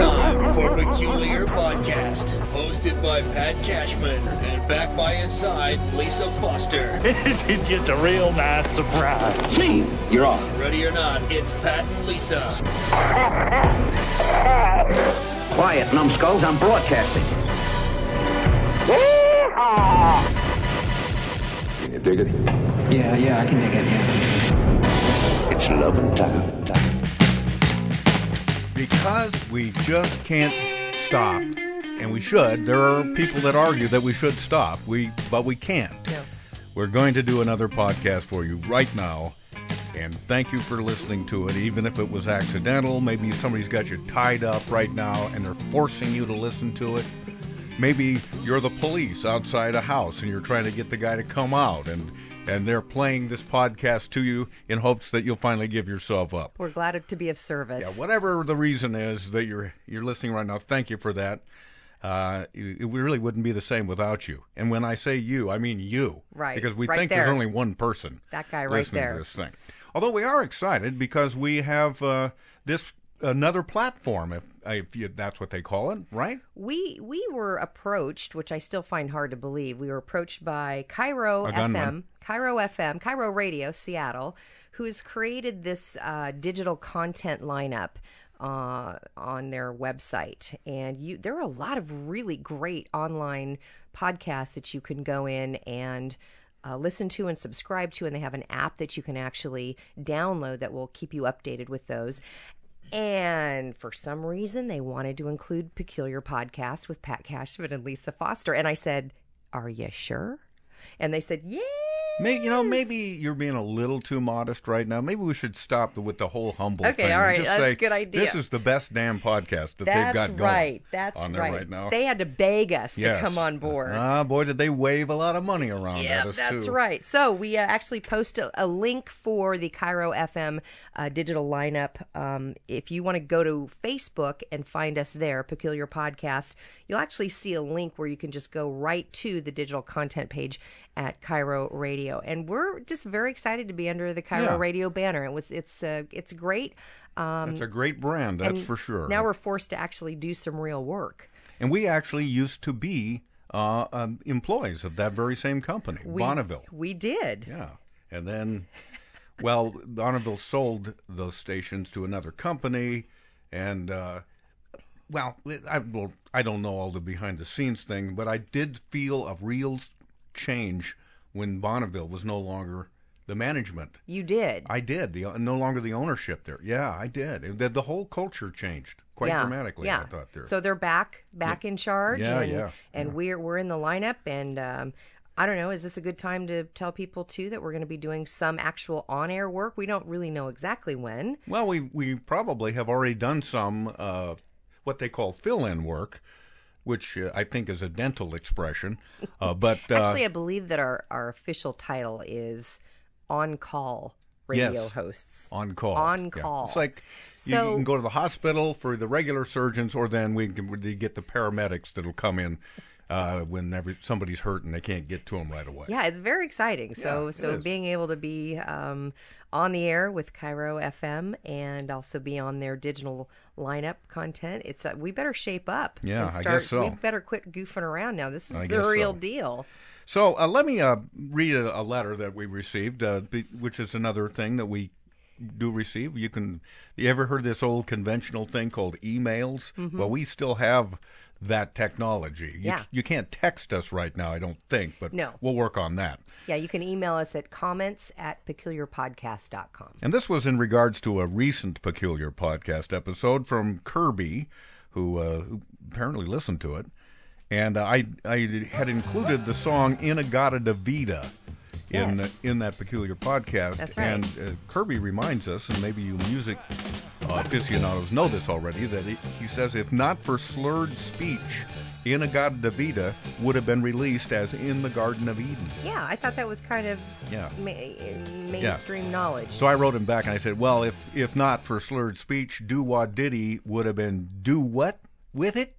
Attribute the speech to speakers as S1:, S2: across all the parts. S1: a peculiar podcast hosted by Pat Cashman and back by his side, Lisa Foster.
S2: it's just a real nice surprise.
S3: Gene, you're on.
S1: Ready or not, it's Pat and Lisa.
S3: Quiet, numbskulls, I'm broadcasting.
S4: Can you dig it?
S5: Yeah, yeah, I can dig it. Yeah.
S3: It's love and time.
S6: because we just can't stop and we should there are people that argue that we should stop we but we can't we're going to do another podcast for you right now and thank you for listening to it even if it was accidental maybe somebody's got you tied up right now and they're forcing you to listen to it maybe you're the police outside a house and you're trying to get the guy to come out and and they're playing this podcast to you in hopes that you'll finally give yourself up
S7: We're glad to be of service.
S6: yeah, whatever the reason is that you're you're listening right now, thank you for that. Uh, it it really wouldn't be the same without you. And when I say you, I mean you,
S7: Right,
S6: Because we
S7: right
S6: think there's
S7: there.
S6: only one person
S7: That guy right
S6: listening
S7: there.
S6: to this thing. Although we are excited because we have uh, this another platform, if if you, that's what they call it, right?
S7: We we were approached, which I still find hard to believe. We were approached by Cairo
S6: A
S7: FM,
S6: gunman.
S7: Cairo FM, Cairo Radio, Seattle, who has created this uh, digital content lineup uh, on their website. And you, there are a lot of really great online podcasts that you can go in and. Uh, listen to and subscribe to, and they have an app that you can actually download that will keep you updated with those. And for some reason, they wanted to include Peculiar Podcast with Pat Cashman and Lisa Foster. And I said, Are you sure? And they said, Yeah.
S6: Maybe you know, maybe you're being a little too modest right now. Maybe we should stop with the whole humble
S7: Okay,
S6: thing. and
S7: all right,
S6: just
S7: that's
S6: say,
S7: a good idea.
S6: This is the best damn podcast that
S7: That's
S6: they've got going
S7: right. That's
S6: on there
S7: right.
S6: right, now.
S7: They had to beg us
S6: Yes.
S7: to come on board.
S6: Ah, boy, did they wave a lot of money around at us
S7: that's
S6: too.
S7: right. So we uh, actually post a, a link for the Cairo FM uh, digital lineup. Um, if you want to go to Facebook and find us there, Peculiar Podcast, you'll actually see a link where you can just go right to the digital content page at Cairo Radio. And we're just very excited to be under the Cairo
S6: Yeah.
S7: Radio banner. It was it's uh, it's great. Um,
S6: It's a great brand, that's for sure.
S7: now we're forced to actually do some real work.
S6: and we actually used to be uh, um, employees of that very same company,
S7: We-
S6: Bonneville.
S7: We did.
S6: Yeah, and then, well, Bonneville sold those stations to another company, and uh, well, I well, I don't know all the behind the scenes thing, but I did feel a real change when Bonneville was no longer the management.
S7: You did.
S6: I did. The no longer the ownership there. Yeah, I did. It- the, the whole culture changed quite dramatically. I thought there.
S7: So they're back, back in charge.
S6: Yeah,
S7: and,
S6: yeah,
S7: And we're we're in the lineup, and um, I don't know. Is this a good time to tell people too that we're going to be doing some actual on-air work? We don't really know exactly when.
S6: well, we we probably have already done some uh, what they call fill-in work, which uh, I think is a dental expression. Uh, but uh,
S7: Actually, I believe that our our official title is on-call radio
S6: Yes.
S7: hosts.
S6: on call.
S7: on
S6: Yeah.
S7: call.
S6: It's like you, you
S7: So-
S6: can go to the hospital for the regular surgeons, or then we can we get the paramedics that'll come in. Uh, whenever somebody's hurt and they can't get to them right away.
S7: Yeah, it's very exciting. So,
S6: Yeah, it
S7: so
S6: is.
S7: being able to be um, on the air with Cairo FM and also be on their digital lineup content, it's uh, we better shape up.
S6: Yeah,
S7: and
S6: I guess
S7: start,
S6: so.
S7: We better quit goofing around now. This is
S6: I
S7: the
S6: guess
S7: real
S6: so.
S7: deal.
S6: So uh, let me uh, read a, a letter that we received, uh, be, which is another thing that we do receive. You can, you ever heard this old conventional thing called emails? Well, we still have that technology. You,
S7: Mm-hmm. Yeah.
S6: you can't text us right now, I don't think, but
S7: No.
S6: we'll work on that.
S7: Yeah, you can email us at comments at peculiarpodcast.com.
S6: And this was in regards to a recent peculiar podcast episode from Kirby, who, uh, who apparently listened to it. And uh, I I had included the song Inagata Da Vida in uh,
S7: Yes.
S6: in that peculiar podcast.
S7: That's right.
S6: And uh, Kirby reminds us, and maybe you music uh, aficionados know this already, that he, he says if not for slurred speech, Inagata Da Vida would have been released as In the Garden of Eden.
S7: Yeah, I thought that was kind of
S6: Yeah.
S7: ma- mainstream knowledge.
S6: So I wrote him back and I said, "Well, if if not for slurred speech, do what diddy would have been do what with it."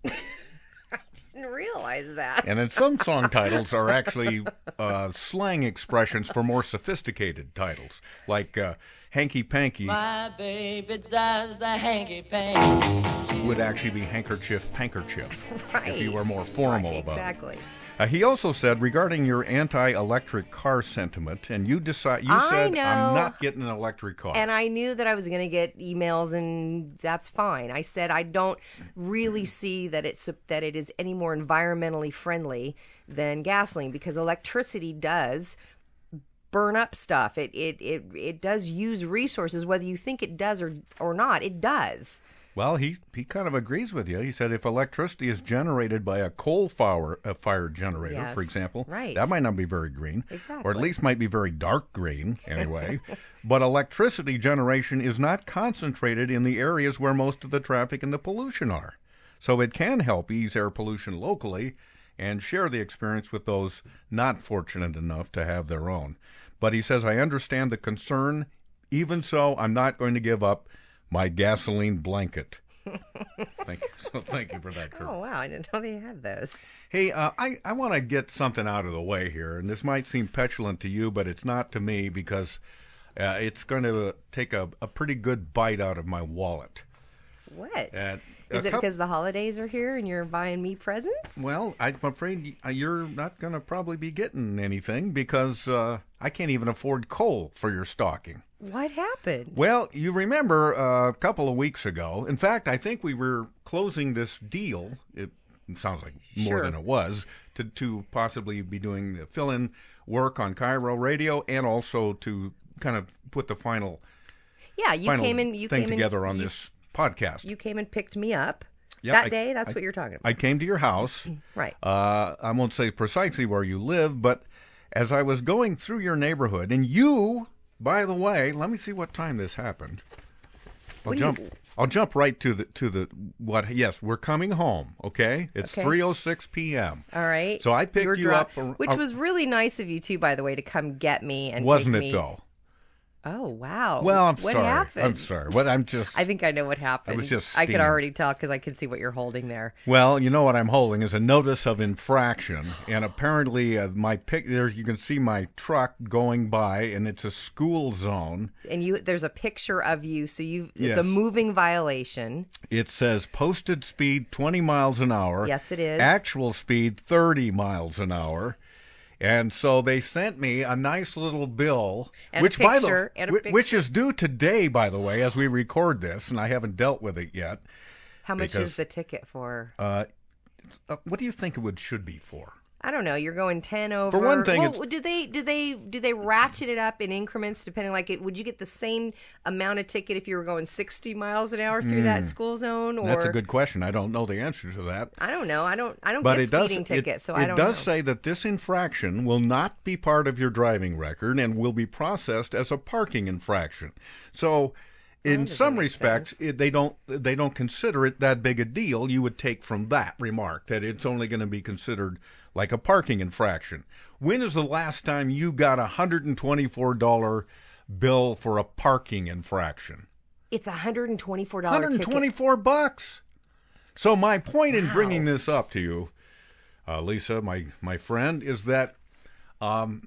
S7: didn't realize that.
S6: And then some song titles are actually uh, slang expressions for more sophisticated titles, like uh, hanky panky
S4: My baby does the hanky panky.
S6: would actually be handkerchief pankerchief if you
S7: Right.
S6: were more formal about it.
S7: Exactly.
S6: Uh, he also said regarding your anti-electric car sentiment, and you decide you
S7: I
S6: said I'm
S7: know.
S6: not getting an electric car.
S7: And I knew that I was going to get emails, and that's fine. I said I don't really see that it's that it is any more environmentally friendly than gasoline because electricity does burn up stuff. It it it, it does use resources, whether you think it does or or not. It does.
S6: well, he he kind of agrees with you. He said if electricity is generated by a coal fire a fire generator, for
S7: Yes,
S6: example,
S7: right.
S6: that might not be very green, or at
S7: Exactly.
S6: least might be very dark green anyway. but electricity generation is not concentrated in the areas where most of the traffic and the pollution are, so it can help ease air pollution locally. and share the experience with those not fortunate enough to have their own. But he says, I understand the concern. Even so, I'm not going to give up my gasoline blanket. thank you. So thank you for that, Kurt.
S7: Oh wow, I didn't know they had those.
S6: Hey, uh, I, I want to get something out of the way here, and this might seem petulant to you, but it's not to me because uh, it's going to take a, a pretty good bite out of my wallet.
S7: What is
S6: And a
S7: it
S6: coup-
S7: because the holidays are here and you're buying me presents?
S6: Well, I'm afraid y- uh, you're not going to probably be getting anything because uh, I can't even afford coal for your stocking.
S7: What happened?
S6: Well, you remember uh, a couple of weeks ago. In fact, I think we were closing this deal. It sounds like more
S7: Sure.
S6: than it was to to possibly be doing the fill-in work on Cairo Radio and also to kind of put the final
S7: Yeah, you
S6: final
S7: came in. You
S6: thing
S7: came
S6: together
S7: in,
S6: on
S7: you,
S6: this podcast.
S7: You came and picked me up
S6: Yeah,
S7: that
S6: I-
S7: day. That's
S6: I-
S7: what you're talking about.
S6: I came to your house.
S7: Right.
S6: Uh, I won't say precisely where you live, but as I was going through your neighborhood, and you, by the way, let me see what time this happened. I'll
S7: What do you-
S6: jump. I'll jump right to the to the what? Yes, we're coming home. Okay, it's
S7: Okay.
S6: three oh six p.m.
S7: All right.
S6: So I picked
S7: were
S6: you
S7: dro-
S6: up ar-
S7: which
S6: ar-
S7: was really nice of you too, by the way, to come get me and
S6: Wasn't
S7: take
S6: it
S7: me-
S6: though?
S7: Oh wow.
S6: Well, I'm
S7: what
S6: sorry.
S7: Happened?
S6: I'm sorry. What I'm just.
S7: I think I know what happened.
S6: I was just
S7: I could
S6: steamed.
S7: already tell because I could see what you're holding there.
S6: Well, you know what I'm holding is a notice of infraction, and apparently uh, my pic. There, you can see my truck going by, and it's a school zone.
S7: And you, there's a picture of you, so you. It's
S6: Yes.
S7: a moving violation.
S6: It says posted speed 20 miles an hour.
S7: Yes, it is.
S6: Actual speed 30 miles an hour. And so they sent me a nice little bill,
S7: And a
S6: which by the
S7: picture, and a
S6: whi-
S7: pic-
S6: which is due today, by the way, as we record this, and I haven't dealt with it yet.
S7: How much
S6: Because-
S7: is the ticket for?
S6: Uh, what do you think it would should be for?
S7: I don't know. You're going ten over.
S6: one thing,
S7: well,
S6: it's-
S7: do they do they do they ratchet it up in increments depending? Like, it, would you get the same amount of ticket if you were going sixty miles an hour through that school zone? Or
S6: Hmm. That's a good question. I don't know the answer to that.
S7: I don't know. I don't. I don't
S6: But
S7: get
S6: it does
S7: speeding
S6: it-
S7: tickets, so
S6: it
S7: I don't.
S6: does
S7: know.
S6: say that this infraction will not be part of your driving record and will be processed as a parking infraction. So, in
S7: doesn't
S6: some
S7: make
S6: respects, it, they don't they don't consider it that big a deal. You would take from that remark that it's only going to be considered like a parking infraction. When is the last time you got a hundred and twenty four dollar bill for a parking infraction?
S7: it's a hundred and twenty-four
S6: One
S7: dollars.
S6: hundred twenty-four bucks. So my point in bringing this up to you, uh, Lisa, my my friend, is that
S7: What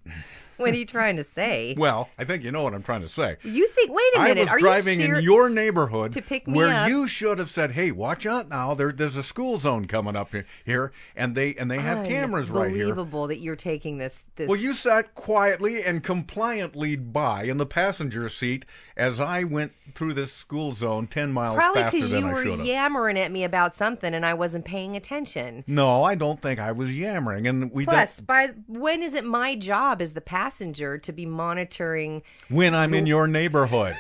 S7: are you trying to say?
S6: well, I think you know what I'm trying to say.
S7: you think? Wait a
S6: I
S7: minute.
S6: was
S7: are
S6: driving
S7: you
S6: in
S7: seri-
S6: your neighborhood
S7: to pick me
S6: where
S7: up?
S6: you should have said, "Hey, watch out now! There, there's a school zone coming up he- here, and they and they have cameras right here."
S7: Unbelievable that you're taking this. This.
S6: Well, you sat quietly and compliantly by in the passenger seat as I went through this school zone ten miles
S7: probably
S6: faster
S7: because
S6: than
S7: you
S6: I
S7: were
S6: should have.
S7: yammering at me about something and I wasn't paying attention.
S6: No, I don't think I was yammering, and we
S7: Plus,
S6: don't-
S7: by when is it my job as the passenger to be monitoring?
S6: when I'm in your neighborhood.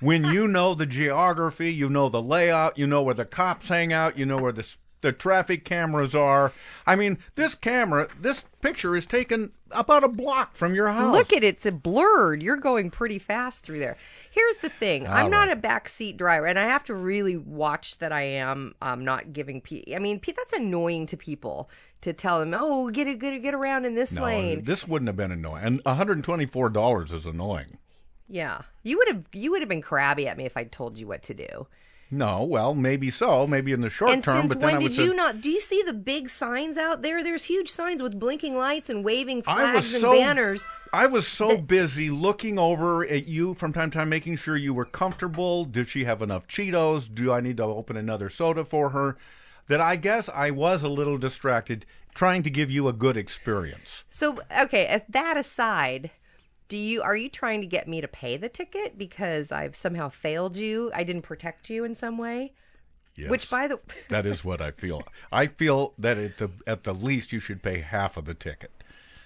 S6: when you know the geography, you know the layout, you know where the cops hang out, you know where the s- the traffic cameras are. I mean, this camera, this picture is taken about a block from your house.
S7: Look at it; it's a blurred. You're going pretty fast through there. Here's the thing: I'm not a backseat driver, and I have to really watch that I am. um, not giving. P- I mean, P- that's annoying to people to tell them, "Oh, get it, get it, get around in this
S6: no,
S7: lane."
S6: this wouldn't have been annoying. And $124 is annoying.
S7: yeah, you would have. You would have been crabby at me if I told you what to do.
S6: No, well, maybe so, maybe in the short
S7: and
S6: term,
S7: since
S6: but then
S7: when
S6: I would
S7: did
S6: say
S7: you not? Do you see the big signs out there? There's huge signs with blinking lights and waving
S6: I was
S7: flags and
S6: so
S7: banners.
S6: I was so busy looking over at you from time to time, making sure you were comfortable. Did she have enough Cheetos? Do I need to open another soda for her? That I guess I was a little distracted trying to give you a good experience.
S7: So okay, as that aside, do you are you trying to get me to pay the ticket because I've somehow failed you? I didn't protect you in some way.
S6: Yes.
S7: Which, by the
S6: that is what I feel. I feel that at the at the least you should pay half of the ticket.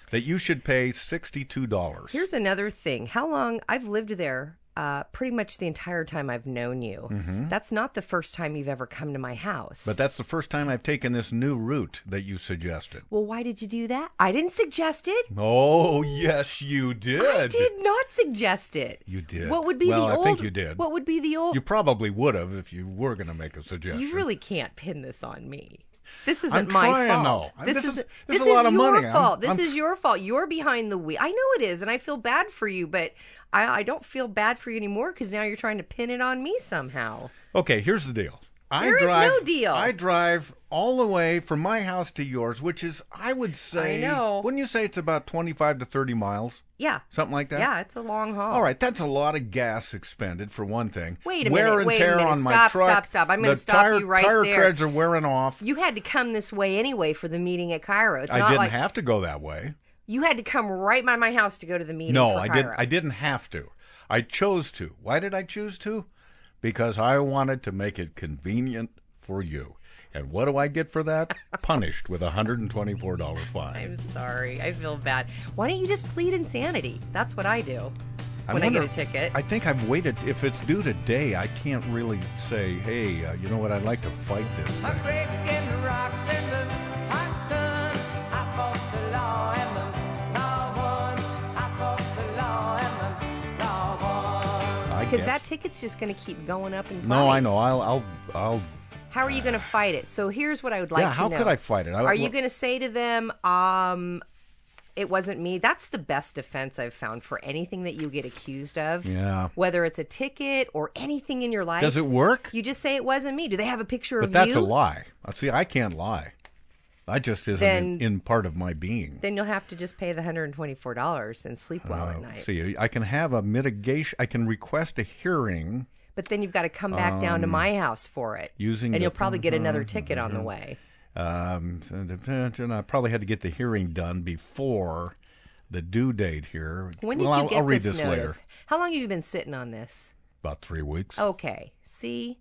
S6: That you should pay sixty two dollars.
S7: here's another thing. How long I've lived there? Uh, pretty much the entire time I've known you. That's not the first time you've ever come to my house.
S6: Mm-hmm. But that's the first time I've taken this new route that you suggested.
S7: well, why did you do that? I didn't suggest it.
S6: Oh yes, you did.
S7: I did not suggest it.
S6: You did.
S7: What would be
S6: Well,
S7: the
S6: I
S7: old?
S6: think you did.
S7: What would be the old?
S6: You probably would have if you were going to make a suggestion.
S7: You really can't pin this on me. This isn't
S6: I'm
S7: my
S6: trying,
S7: fault.
S6: though.
S7: This,
S6: This
S7: is
S6: is-
S7: this,
S6: this is
S7: is
S6: a lot of
S7: your
S6: money. I'm-
S7: fault. this
S6: I'm-
S7: is your fault. You're behind the wheel. I know it is, and I feel bad for you, but I, I don't feel bad for you anymore because now you're trying to pin it on me somehow.
S6: Okay, here's the deal. I
S7: There is no
S6: drive,
S7: deal.
S6: I drive all the way from my house to yours, which is, I would say,
S7: know.
S6: wouldn't you say it's about 25 to 30 miles?
S7: Yeah.
S6: Something like that?
S7: Yeah, it's a long haul.
S6: All right, that's a lot of gas expended for one thing.
S7: Oh. Wait a
S6: Wear
S7: minute,
S6: and
S7: wait a
S6: tear
S7: minute.
S6: on my
S7: Stop,
S6: truck.
S7: stop, stop. I'm gonna
S6: The
S7: stop
S6: tire,
S7: you right
S6: tire
S7: there.
S6: treads are wearing off.
S7: You had to come this way anyway for the meeting at Cairo. It's
S6: I
S7: not
S6: didn't
S7: like
S6: have to go that way.
S7: you had to come right by my house to go to the meeting.
S6: No,
S7: for
S6: I
S7: Cairo.
S6: didn't. I didn't have to. I chose to. Why did I choose to? Because I wanted to make it convenient for you. And what do I get for that? Punished with a hundred and twenty-four dollar fine.
S7: I'm sorry. I feel bad. Why don't you just plead insanity? That's what I do
S6: I
S7: when I
S6: wonder-
S7: get a ticket.
S6: I think I've waited. If it's due today, I can't really say, "Hey, uh, you know what? I'd like to fight this thing." I
S7: Because
S6: guess.
S7: that ticket's just going to keep going up in price.
S6: no, I know. I'll. I'll. I'll
S7: How are you going to fight it? So here's what I would like
S6: yeah.
S7: to
S6: How
S7: know.
S6: could I fight it? I,
S7: Are you
S6: well,
S7: going to say to them, um, it wasn't me? That's the best defense I've found for anything that you get accused of.
S6: Yeah.
S7: Whether it's a ticket or anything in your life.
S6: Does it work?
S7: You just say it wasn't me. Do they have a picture
S6: But
S7: of
S6: that's
S7: you?
S6: a lie. Uh, See, I can't lie. That just isn't in,
S7: Then-
S6: in part of my being.
S7: Then you'll have to just pay the $124 and sleep well
S6: Uh,
S7: at night.
S6: See, I can have a mitigation. I can request a hearing
S7: But then you've got to come back down to my house for it.
S6: Um, using Mm-hmm.
S7: and
S6: the-
S7: you'll probably get another ticket on the way.
S6: Um, so the- and I probably had to get the hearing done before the due date here.
S7: When did
S6: well,
S7: you
S6: I'll,
S7: get
S6: I'll read
S7: this,
S6: this
S7: notice? Oh.
S6: later.
S7: How long have you been sitting on this?
S6: About three weeks.
S7: Okay. See,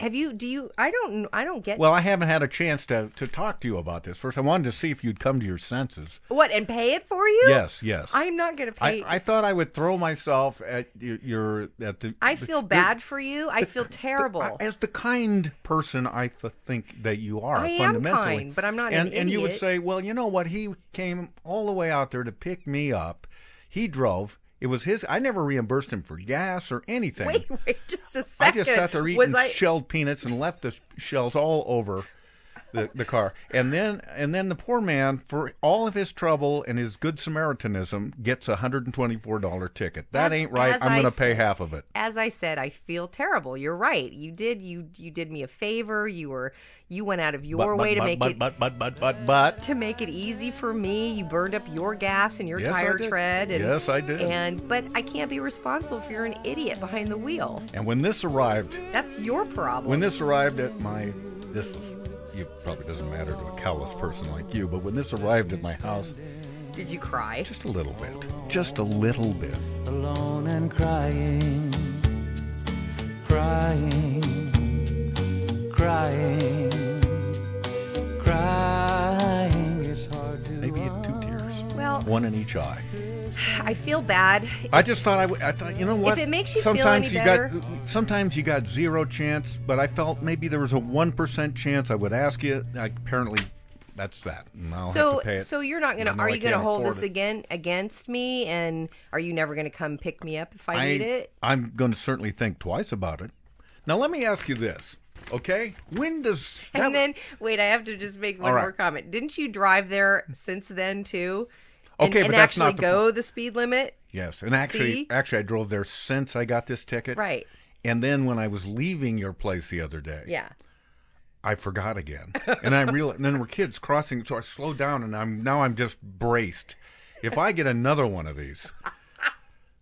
S7: have you? Do you? I don't. kn- I don't get
S6: Well, I haven't had a chance to, to talk to you about this. First, I wanted to see if you'd come to your senses.
S7: what and pay it for you.
S6: Yes, yes.
S7: I'm not going to
S6: I,
S7: pay.
S6: I thought I would throw myself at your, your at the.
S7: I feel
S6: the-
S7: bad for you. I feel
S6: I-
S7: terrible.
S6: As the kind person I th- think that you are,
S7: I am
S6: fundamentally.
S7: kind, but I'm not
S6: And
S7: an
S6: and you would
S7: idiot.
S6: say, well, you know what? He came all the way out there to pick me up. He drove. It was his. I never reimbursed him for gas or anything.
S7: Wait, wait, just a second.
S6: I just sat there eating
S7: Was I,
S6: shelled peanuts and left the sh- shells all over the, the car. And then and then the poor man, for all of his trouble and his good Samaritanism, gets a hundred and twenty four dollar ticket. That
S7: As-
S6: ain't right.
S7: as
S6: I'm
S7: I
S6: going to pay
S7: said.
S6: half of it.
S7: as I said, I feel terrible. You're right. You did. You you did me a favor. You were you went out of your
S6: but,
S7: way
S6: but,
S7: to make
S6: but,
S7: it
S6: but but but but but
S7: to make it easy for me. You burned up your gas and your
S6: Yes, I
S7: tire
S6: did.
S7: tread. And,
S6: Yes, I did.
S7: And but I can't be responsible if you're an idiot behind the wheel.
S6: And when this arrived,
S7: That's your problem.
S6: when this arrived at my, this is, you probably doesn't matter to a callous person like you, but when this arrived at my house,
S7: Did you cry?
S6: just a little bit, just a little bit.
S8: alone and crying, crying, crying, crying. It's hard to.
S6: Maybe two tears,
S7: Well,
S6: one in each eye.
S7: I feel bad.
S6: I just thought I would. I thought you know what?
S7: it makes you feel
S6: sometimes
S7: any
S6: you got sometimes you got zero chance, but I felt maybe there was a one percent chance I would ask you. I, apparently, that's that. And I'll have
S7: So
S6: to pay it.
S7: so you're not gonna
S6: even though
S7: are
S6: I
S7: you gonna
S6: can't
S7: hold
S6: afford
S7: this
S6: it.
S7: again against me and are you never gonna come pick me up if I, need it?
S6: I'm going to certainly think twice about it. Now, let me ask you this, okay? When does that-
S7: And then wait, I have to just make one
S6: All right.
S7: more comment. Didn't you drive there since then too? And,
S6: Okay, but
S7: and
S6: that's
S7: actually
S6: not the
S7: go the speed limit?
S6: yes, and actually,
S7: See?
S6: actually, I drove there since I got this ticket,
S7: Right.
S6: And then when I was leaving your place the other day,
S7: Yeah.
S6: I forgot again, and I realized. And then we're kids crossing, so I slowed down, and I'm now I'm just braced. If I get another one of these,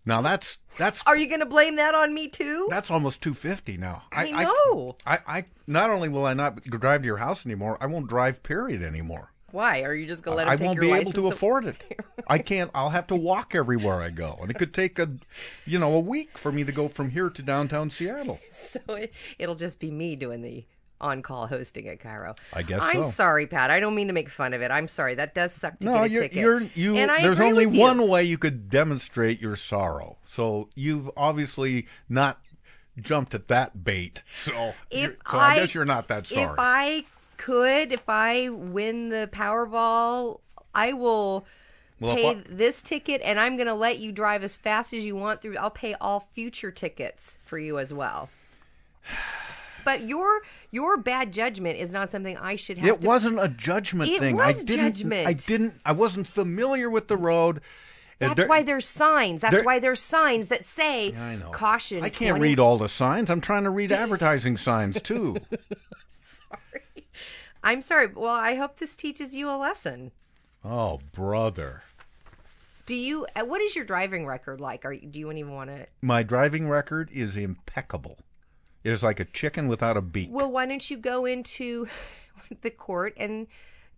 S6: now that's that's
S7: Are you going to blame that on me too?
S6: that's almost two fifty now.
S7: I know.
S6: I, I, not only will I not drive to your house anymore, I won't drive. Period anymore.
S7: Why? Are you just going to let him
S6: I
S7: take
S6: won't
S7: your
S6: be able
S7: license
S6: to
S7: away?
S6: afford it. I can't. I'll have to walk everywhere I go, and it could take a, you know, a week for me to go from here to downtown Seattle.
S7: so it, it'll just be me doing the on-call hosting at Cairo.
S6: I guess
S7: I'm
S6: so.
S7: sorry, Pat. I don't mean to make fun of it. I'm sorry. That does suck to
S6: No,
S7: get a
S6: you're,
S7: ticket.
S6: you're you.
S7: And I
S6: there's
S7: agree
S6: only
S7: with you.
S6: one way you could demonstrate your sorrow. So you've obviously not jumped at that bait. So,
S7: If
S6: you're- so
S7: I-
S6: I, guess you're not that sorry.
S7: If I could, if I win the Powerball, I will
S6: Well, if
S7: pay
S6: I-
S7: this ticket, and I'm going to let you drive as fast as you want through. I'll pay all future tickets for you as well. But your your bad judgment is not something I should have.
S6: it
S7: to-
S6: wasn't a judgment
S7: It
S6: thing. I
S7: was
S6: didn't.
S7: judgment.
S6: I didn't. I wasn't familiar with the road. Uh,
S7: That's
S6: there-
S7: why there's signs. That's
S6: there-
S7: why there's signs that say
S6: I know.
S7: caution.
S6: I can't
S7: 20
S6: read all the signs. I'm trying to read advertising signs too.
S7: I'm sorry. Well, I hope this teaches you a lesson.
S6: Oh, brother.
S7: Do you? uh, What is your driving record like? Are you- do you even want to?
S6: My driving record is impeccable. It is like a chicken without a beak.
S7: Well, why don't you go into the court and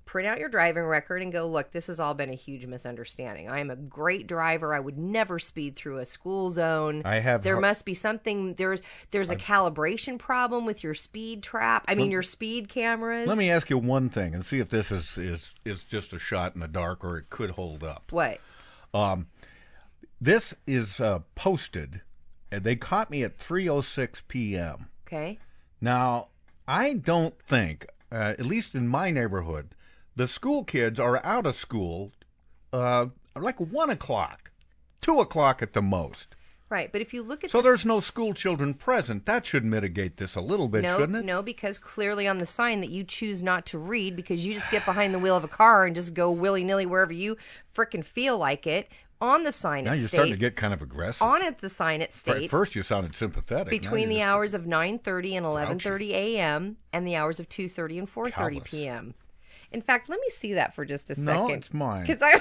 S7: print out your driving record and go, look, this has all been a huge misunderstanding. I am a great driver. I would never speed through a school zone.
S6: I have
S7: There
S6: hea-
S7: must be something. There's there's a calibration problem with your speed trap. I mean, your speed cameras.
S6: Let me ask you one thing and see if this is, is, is just a shot in the dark or it could hold up.
S7: What?
S6: This is uh, posted, and they caught me at 3.06 p.m.
S7: Okay.
S6: Now, I don't think, uh, at least in my neighborhood, the school kids are out of school uh, like 1 o'clock, 2 o'clock at the most.
S7: Right, but if you look at
S6: So
S7: the
S6: there's no school children present. That should mitigate this a little bit,
S7: no,
S6: shouldn't it?
S7: no, because clearly on the sign that you choose not to read because you just get behind the wheel of a car and just go willy nilly wherever you frickin' feel like it. On the sign,
S6: Now
S7: it
S6: you're
S7: states,
S6: starting to get kind of aggressive.
S7: on at the sign it
S6: Fir-
S7: states
S6: First, you sounded sympathetic. Now
S7: between
S6: you're
S7: the
S6: just-
S7: hours of 9:30 and 11:30 a.m. and the hours of 2:30 and 4:30
S6: Callous.
S7: p.m. In fact, let me see that for just a
S6: No,
S7: second.
S6: it's mine.
S7: Because I,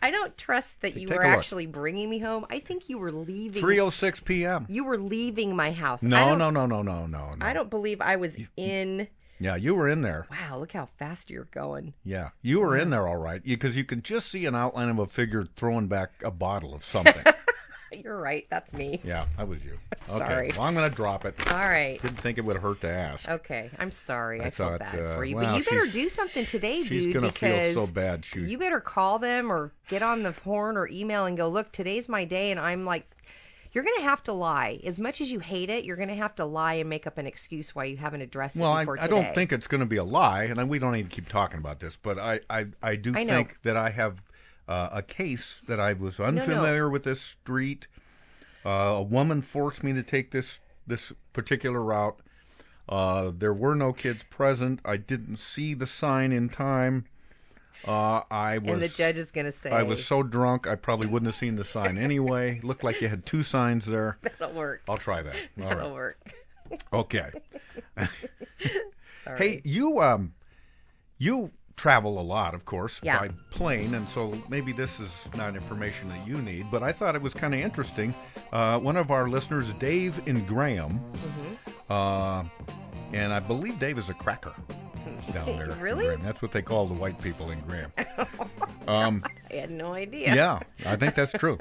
S7: I don't trust that you
S6: take
S7: were
S6: a look.
S7: actually bringing me home. I think you were leaving.
S6: 3:06 p.m.
S7: You were leaving my house. I
S6: No,
S7: don't-
S6: no, no, no, no, no, no.
S7: I don't believe I was in.
S6: Yeah, you were in there.
S7: Wow, look how fast you're going.
S6: Yeah, you were in there all right because you could just see an outline of a figure throwing back a bottle of something.
S7: You're right. That's me.
S6: yeah, that was you.
S7: Sorry.
S6: Okay, well, I'm going to drop it.
S7: All right.
S6: Didn't think it would hurt to ask.
S7: Okay, I'm sorry. I,
S6: I
S7: feel
S6: thought,
S7: bad
S6: uh,
S7: for you,
S6: wow,
S7: but you better
S6: she's-
S7: do something today,
S6: she's
S7: dude.
S6: gonna feel
S7: because
S6: so bad, she-
S7: you better call them or get on the horn or email and go. Look, today's my day, and I'm like, you're gonna have to lie. As much as you hate it, you're gonna have to lie and make up an excuse why you haven't addressed
S6: Well,
S7: it
S6: I,
S7: before
S6: I
S7: today.
S6: don't think it's going to be a lie, and I, we don't need to keep talking about this, but I, I, I do
S7: I know.
S6: think that I have uh, a case that I was
S7: no.
S6: unfamiliar with this street. Uh, a woman forced me to take this this particular route. Uh, there were no kids present. I didn't see the sign in time. Uh, I was
S7: And the judge is gonna say,
S6: I was so drunk I probably wouldn't have seen the sign anyway. Looked like you had two signs there.
S7: "That'll work.
S6: I'll try that. All right.
S7: That'll work."
S6: Okay.
S7: Sorry.
S6: Hey, you um, you travel a lot, of course,
S7: Yeah.
S6: by plane, and so maybe this is not information that you need, but I thought it was kind of interesting. Uh, one of our listeners, Dave in Graham,
S7: Mm-hmm.
S6: uh, and I believe Dave is a cracker down there. in
S7: Really?
S6: Graham. That's what they call the white people in Graham.
S7: I had no idea.
S6: yeah, I think that's true.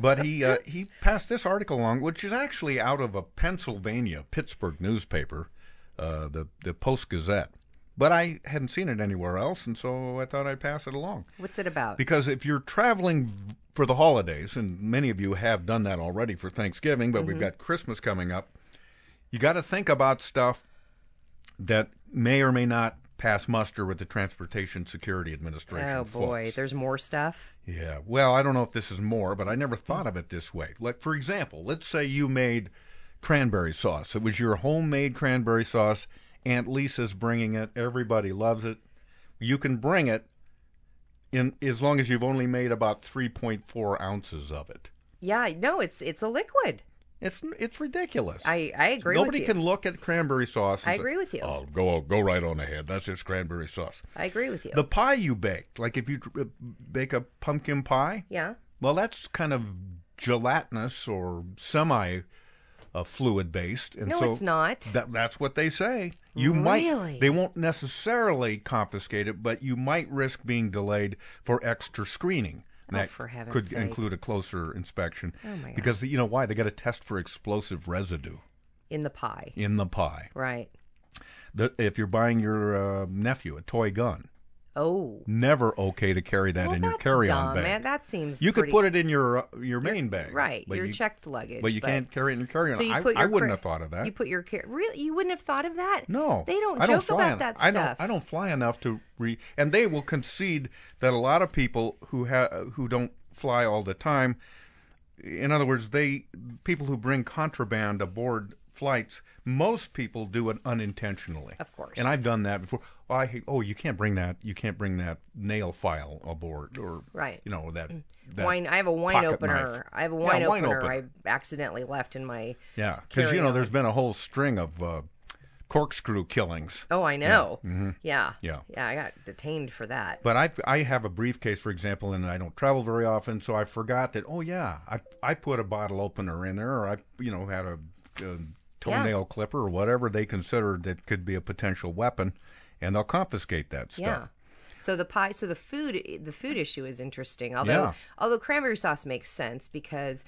S6: But he uh, he passed this article along, which is actually out of a Pennsylvania Pittsburgh newspaper, uh, the the Post Gazette. But I hadn't seen it anywhere else, and so I thought I'd pass it along.
S7: What's it about?
S6: Because if you're traveling v- for the holidays, and many of you have done that already for Thanksgiving, but
S7: Mm-hmm.
S6: we've got Christmas coming up, you got to think about stuff that may or may not pass muster with the Transportation Security Administration.
S7: oh boy,
S6: folks.
S7: there's more stuff.
S6: Yeah. Well, I don't know if this is more, but I never thought of it this way. Like, for example, let's say you made cranberry sauce. It was your homemade cranberry sauce. Aunt Lisa's bringing it. Everybody loves it. You can bring it in as long as you've only made about 3.4 ounces of it.
S7: Yeah, no, it's it's a liquid.
S6: It's it's ridiculous.
S7: I, I agree
S6: Nobody
S7: with you.
S6: can look at cranberry sauce. And
S7: I
S6: say,
S7: agree with you.
S6: Oh, go go right on ahead. That's just cranberry sauce.
S7: I agree with you.
S6: The pie you baked, like if you uh, bake a pumpkin pie,
S7: yeah.
S6: well, that's kind of gelatinous or semi uh, fluid based. And
S7: No,
S6: so
S7: it's not.
S6: That, that's what they say. You might
S7: Really?
S6: they won't necessarily confiscate it, but you might risk being delayed for extra screening. And
S7: Oh,
S6: that
S7: for heaven's
S6: could
S7: sake. Oh,
S6: include a closer inspection
S7: my God.
S6: because you know why they got to test for explosive residue
S7: In the pie.
S6: in the pie.
S7: Right.
S6: The, if you're buying your uh, nephew a toy gun,
S7: Oh.
S6: never okay to carry that
S7: well,
S6: in your
S7: that's
S6: carry-on
S7: dumb,
S6: bag.
S7: Man, that seems
S6: You
S7: pretty,
S6: could put it in your uh, your main bag,
S7: right.
S6: but
S7: Your
S6: you-
S7: checked luggage,
S6: but you can't carry it in carry on.
S7: So you
S6: I,
S7: put
S6: I
S7: your
S6: wouldn't
S7: cra-
S6: have thought of that.
S7: You put your car- really. You wouldn't have thought of that.
S6: no,
S7: they don't
S6: I
S7: joke
S6: don't fly
S7: about
S6: en-
S7: that
S6: I
S7: stuff.
S6: don't. I don't fly enough to re. And they will concede that a lot of people who ha- who don't fly all the time, in other words, they people who bring contraband aboard flights, most people do it unintentionally.
S7: Of course.
S6: And I've done that before. Oh, I hate, oh, you can't bring that. You can't bring that nail file aboard, or
S7: Right. Mm.
S6: You know that. that
S7: wine. I have a wine
S6: pocket
S7: opener.
S6: knife.
S7: I have a
S6: Yeah,
S7: wine, opener,
S6: opener.
S7: I accidentally left in my.
S6: Yeah, because you
S7: carry
S6: know
S7: on.
S6: there's been a whole string of uh, corkscrew killings.
S7: Oh, I know. Yeah. yeah.
S6: Mm-hmm. Yeah.
S7: I got detained for that.
S6: But I I have a briefcase, for example, and I don't travel very often, so I forgot that. Oh yeah, I I put a bottle opener in there, or I you know had a, uh toenail clipper or whatever they considered that could be a potential weapon, and they'll confiscate that stuff.
S7: Yeah. So the pie, so the food, the food issue is interesting. Although,
S6: Yeah.
S7: although cranberry sauce makes sense because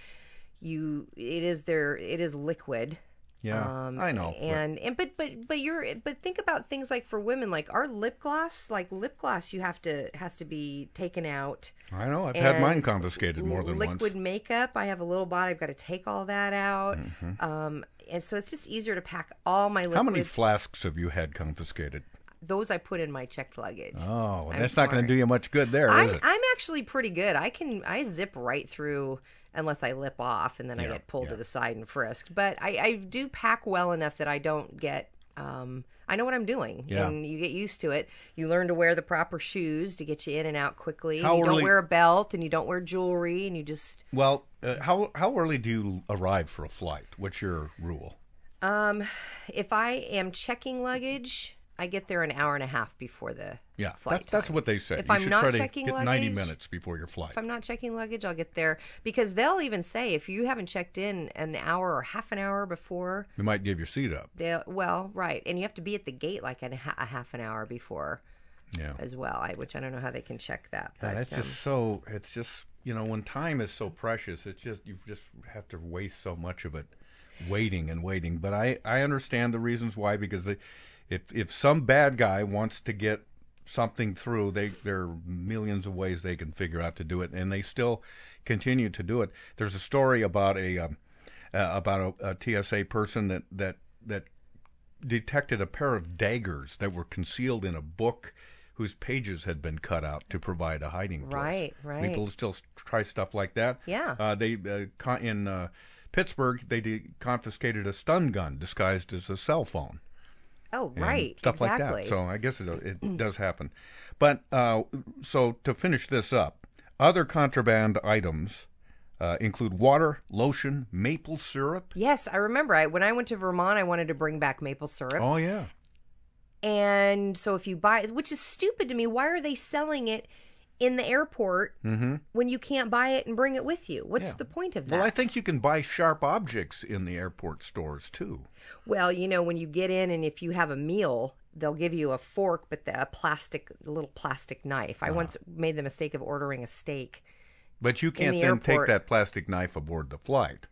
S7: you, it is there, it is liquid.
S6: Yeah, I know. but-
S7: Um, And and but but but you're but think about things like for women like our lip gloss like lip gloss you have to has to be taken out.
S6: I know. I've had
S7: and
S6: mine confiscated more than
S7: liquid
S6: once.
S7: makeup. I have a little bottle. I've got to take all that out. Um, and so it's just easier to pack all my liquids.
S6: Mm-hmm. How many flasks have you had confiscated?
S7: Those I put in my checked luggage.
S6: Oh,
S7: I'm
S6: that's not going
S7: smart.
S6: to do you much good there, is
S7: I'm,
S6: it?
S7: I'm actually pretty good. I can I zip right through unless I lip off and then I
S6: Yeah,
S7: get pulled
S6: yeah.
S7: to the side and frisked. But I, I do pack well enough that I don't get. Um, I know what I'm doing,
S6: Yeah.
S7: and you get used to it. You learn to wear the proper shoes to get you in and out quickly. and
S6: How
S7: you don't
S6: early-
S7: wear a belt, and you don't wear jewelry, and you just
S6: Well, uh, how how early do you arrive for a flight? What's your rule?
S7: if I am checking luggage, I get there an hour and a half before the
S6: Yeah,
S7: flight
S6: that's, that's
S7: time.
S6: what they say.
S7: If
S6: you
S7: I'm
S6: should
S7: not
S6: try to
S7: checking
S6: get 90
S7: luggage-
S6: minutes before your flight.
S7: If I'm not checking luggage, I'll get there because they'll even say if you haven't checked in an hour or half an hour before,
S6: They might give your seat up.
S7: they well, right, and you have to be at the gate like an, ha- a half an hour before
S6: Yeah,
S7: as well. I, which I don't know how they can check that. But
S6: God, that's
S7: um,
S6: just so. It's just you know when time is so precious, it's just you just have to waste so much of it, waiting and waiting. But I I understand the reasons why because they, if if some bad guy wants to get something through, they there are millions of ways they can figure out to do it, and they still continue to do it. There's a story about a um, uh, about a, a TSA person that that that detected a pair of daggers that were concealed in a book whose pages had been cut out to provide a hiding place.
S7: Right, right.
S6: People still s- try stuff like that.
S7: Yeah.
S6: Uh, they uh, con- in uh, Pittsburgh they de- confiscated a stun gun disguised as a cell phone.
S7: oh
S6: and
S7: right,
S6: Stuff
S7: exactly.
S6: like that. So I guess it, it does happen. But uh, so to finish this up, other contraband items uh, include water, lotion, maple syrup.
S7: Yes, I remember. I when I went to Vermont, I wanted to bring back maple syrup.
S6: Oh yeah.
S7: And so if you buy, which is stupid to me, why are they selling it in the airport when you can't buy it and bring it with you? What's
S6: Mm-hmm. Yeah.
S7: the point of that?
S6: Well, I think you can buy sharp objects in the airport stores too.
S7: Well, you know, when you get in and if you have a meal, they'll give you a fork, but the, a plastic, a little plastic knife.
S6: Uh-huh.
S7: I once made the mistake of ordering a steak.
S6: But you can't
S7: the
S6: then take
S7: airport.
S6: that plastic knife aboard the flight.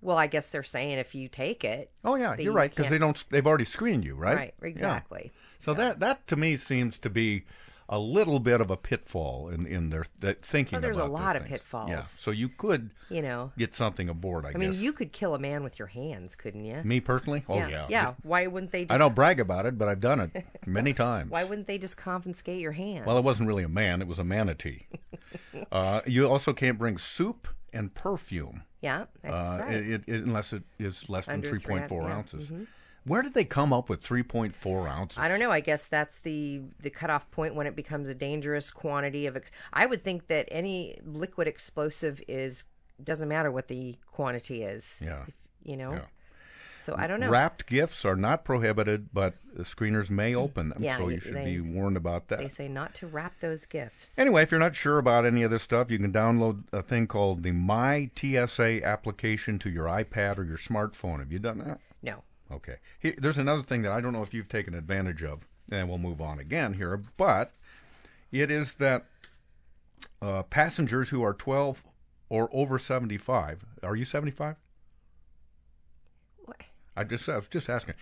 S7: Well, I guess they're saying if you take it,
S6: Oh yeah,
S7: That
S6: you're
S7: you
S6: right because
S7: can't-
S6: they don't. They've already screened you, right?
S7: right,
S6: Yeah.
S7: exactly.
S6: So, that that to me seems to be a little bit of a pitfall in in their th- thinking.
S7: Oh, there's a
S6: about those
S7: lot of
S6: things. Yeah.
S7: pitfalls.
S6: So you could
S7: You know,
S6: get something aboard. I,
S7: I mean,
S6: guess.
S7: you could kill a man with your hands, couldn't you?
S6: me personally. Oh yeah.
S7: yeah. Why wouldn't they? Just,
S6: I don't brag about it, but I've done it many times.
S7: Why wouldn't they just confiscate your hands?
S6: Well, it wasn't really a man; it was a manatee. uh, you also can't bring soup and perfume.
S7: yeah, that's
S6: Uh,
S7: right.
S6: it, it, unless it is less than
S7: Under
S6: three
S7: three
S6: point four
S7: ounce- yeah, mm-hmm.
S6: ounces. Where did they come up with three point four ounces?
S7: I don't know. I guess that's the the cutoff point when it becomes a dangerous quantity of. Ex- I would think that any liquid explosive is doesn't matter what the quantity is.
S6: Yeah.
S7: you know?
S6: Yeah.
S7: So I don't know.
S6: Wrapped gifts are not prohibited, but the screeners may open them,
S7: Mm-hmm. Yeah,
S6: so
S7: y-
S6: you should
S7: they-
S6: be warned about that.
S7: They say not to wrap those gifts.
S6: Anyway, if you're not sure about any of this stuff, you can download a thing called the My TSA application to your iPad or your smartphone. Have you done that?
S7: No.
S6: Okay. Here, there's another thing that I don't know if you've taken advantage of, and we'll move on again here, but it is that uh, passengers who are 12 or over 75, are you 75?
S7: What?
S6: I just I was just asking.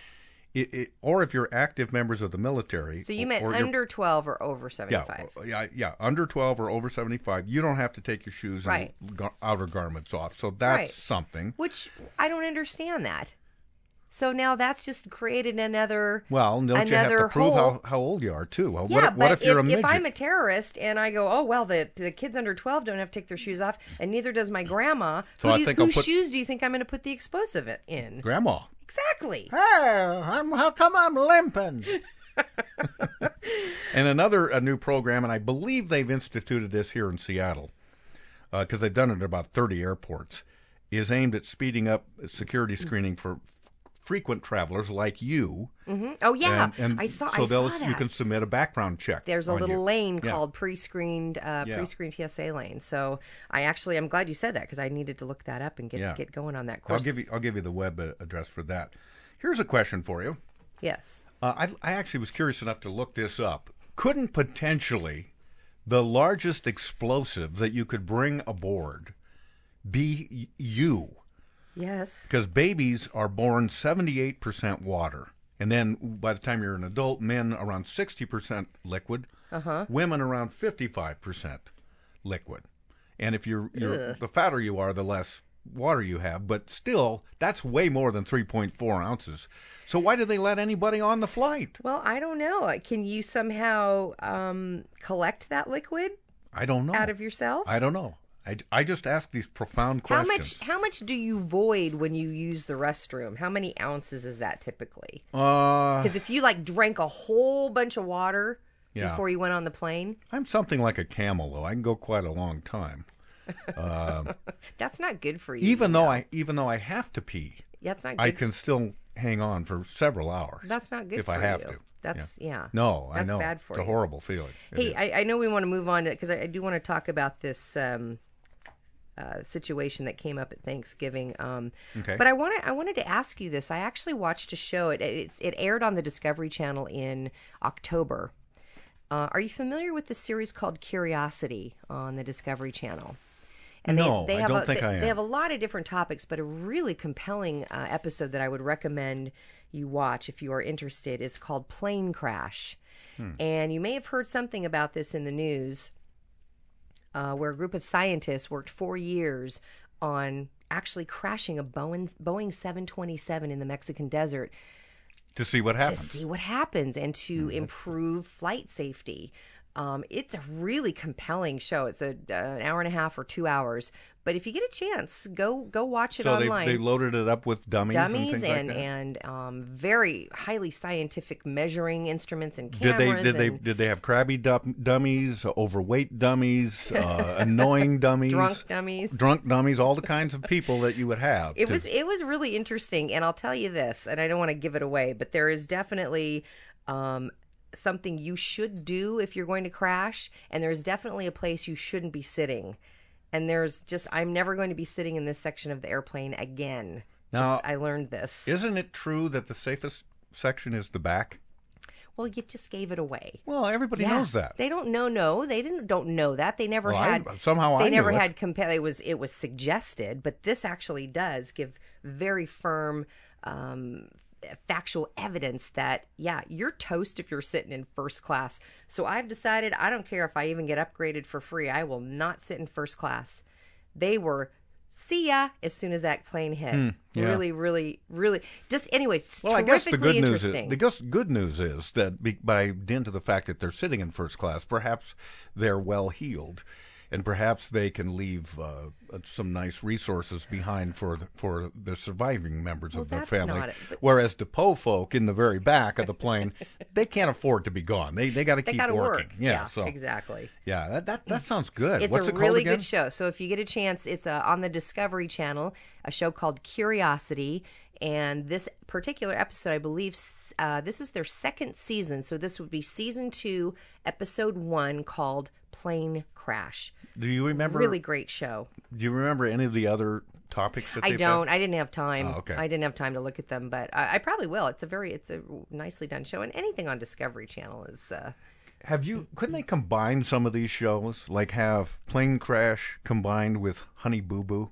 S6: It, it, or if you're active members of the military.
S7: So you
S6: or-
S7: meant
S6: or you're-
S7: under 12 or over
S6: yeah,
S7: 75?
S6: uh, yeah, yeah. Under twelve or over seventy-five, you don't have to take your shoes
S7: Right.
S6: and gar- outer garments off. So that's
S7: Right.
S6: something.
S7: Which I don't understand that. So now that's just created another.
S6: Well, don't you have to
S7: another
S6: prove
S7: whole-
S6: how, how old you are too? Well,
S7: Yeah,
S6: what, if-
S7: but
S6: what if you're a
S7: if,
S6: midget?
S7: I'm a terrorist and I go, oh well, the the kids under 12 don't have to take their shoes off, and neither does my grandma.
S6: So
S7: who
S6: I
S7: do you-
S6: think I'll
S7: whose
S6: put-
S7: shoes do you think I'm going to put the explosive i- in?
S6: Grandma.
S7: Exactly.
S6: I'm, how come I'm limping? and another a new program, and I believe they've instituted this here in Seattle because they've done it at about 30 airports, is aimed at speeding up security screening for f- frequent travelers like you.
S7: Oh yeah,
S6: And, and
S7: I saw.
S6: So
S7: I
S6: they'll,
S7: saw
S6: you
S7: that.
S6: can submit a background check.
S7: There's a
S6: on
S7: little
S6: you.
S7: lane
S6: Yeah.
S7: called pre-screened, uh,
S6: Yeah.
S7: pre-screened TSA lane. So I actually, I'm glad you said that because I needed to look that up and get
S6: Yeah.
S7: get going on that
S6: I'll
S7: course.
S6: give you. I'll give you the web uh, address for that. Here's a question for you.
S7: Yes.
S6: Uh, I, I actually was curious enough to look this up. Couldn't potentially the largest explosive that you could bring aboard be y- you?
S7: Yes.
S6: Because babies are born 78% water. And then by the time you're an adult, men around 60% liquid, women around 55% liquid. And if you're, you're the fatter you are, the less water you have. But still, that's way more than 3.4 ounces. So why do they let anybody on the flight?
S7: Well, I don't know. Uh, Can you somehow um, collect that liquid
S6: I don't know.
S7: out of yourself?
S6: I don't know. I, I just ask these profound
S7: how
S6: questions.
S7: much? How much do you void when you use the restroom? How many ounces is that typically?
S6: Uh,
S7: Because if you like drank a whole bunch of water
S6: Yeah.
S7: before you went on the plane,
S6: I'm something like a camel, though. I can go quite a long time.
S7: that's not good for you.
S6: Even though I even though I have to pee,
S7: that's not good.
S6: I can still hang on for several hours.
S7: That's not good
S6: if
S7: for
S6: I have
S7: you.
S6: to.
S7: That's- yeah.
S6: No, I
S7: That's
S6: know.
S7: bad for
S6: it's a
S7: you.
S6: horrible feeling. It
S7: Hey,
S6: is.
S7: I, I know we want to move on because I, I do want to talk about this um, uh, situation that came up at Thanksgiving. Um,
S6: Okay.
S7: But I want to I wanted to ask you this. I actually watched a show. It it, it's- it aired on the Discovery Channel in October. Uh, are you familiar with the series called Curiosity on the Discovery Channel? And
S6: No, I
S7: have
S6: don't
S7: a,
S6: think
S7: they,
S6: I am.
S7: They have a lot of different topics, but a really compelling uh, episode that I would recommend you watch if you are interested is called Plane Crash.
S6: Hmm.
S7: And you may have heard something about this in the news, uh, where a group of scientists worked four years on actually crashing a Boeing, Boeing 727 in the Mexican desert
S6: to see what happens.
S7: to see what happens and
S6: Mm,
S7: to improve flight safety. Um, it's a really compelling show. It's a, uh, an hour and a half or two hours. But if you get a chance, go go watch it
S6: so they,
S7: online.
S6: they loaded it up with dummies, and
S7: Dummies
S6: things
S7: and
S6: like that.
S7: and um, very highly scientific measuring instruments and
S6: did
S7: cameras.
S6: they did they
S7: and-
S6: did they have crabby dum- dummies, overweight dummies, uh, annoying dummies,
S7: Drunk dummies.
S6: drunk dummies, all the kinds of people that you would have.
S7: It
S6: to-
S7: was it was really interesting, and I'll tell you this, and I don't want to give it away, but there is definitely um, something you should do if you're going to crash, and there's definitely a place you shouldn't be sitting. And there's just I'm never going to be sitting in this section of the airplane again.
S6: Now-
S7: It's- I learned this.
S6: Isn't it true that the safest section is the back?
S7: well, you just gave it away.
S6: Well, everybody
S7: Yeah.
S6: knows that.
S7: They don't know. No, they didn't. Don't know that. They never
S6: Well, I-
S7: had.
S6: somehow I
S7: they
S6: knew
S7: never
S6: it.
S7: had. Compa- it was it was suggested, but this actually does give very firm. Um, f- factual evidence that yeah you're toast if you're sitting in first class so i've decided i don't care if i even get upgraded for free i will not sit in first class they were see ya as soon as that plane hit
S6: Hmm, yeah.
S7: really really really just anyway it's
S6: well, I guess the
S7: terrifically
S6: good news is
S7: interesting.
S6: the gus- good news is that be, by dint of the fact that they're sitting in first class, perhaps they're well heeled and perhaps they can leave uh, some nice resources behind for the, for the surviving members
S7: Well,
S6: of their
S7: that's
S6: family.
S7: not it, but-
S6: Whereas the po folk in the very back of the plane, they can't afford to be gone. They they got to
S7: They
S6: keep
S7: got to
S6: working.
S7: work.
S6: Yeah, so
S7: exactly.
S6: Yeah, that that, that sounds good.
S7: It's
S6: What's
S7: a
S6: it called
S7: really
S6: again?
S7: good show. So if you get a chance, it's uh, on the Discovery Channel, a show called Curiosity. And this particular episode, I believe, s- uh, this is their second season. So this would be season two, episode one, called Plane Crash.
S6: Do you remember?
S7: Really great show.
S6: Do you remember any of the other topics that
S7: I
S6: they've
S7: don't.
S6: Had?
S7: I didn't have time.
S6: Oh, okay.
S7: I didn't have time to look at them, but I, I probably will. It's a very, it's a nicely done show, and anything on Discovery Channel is. Uh,
S6: Have you? Couldn't they combine some of these shows? Like have Plane Crash combined with Honey Boo Boo?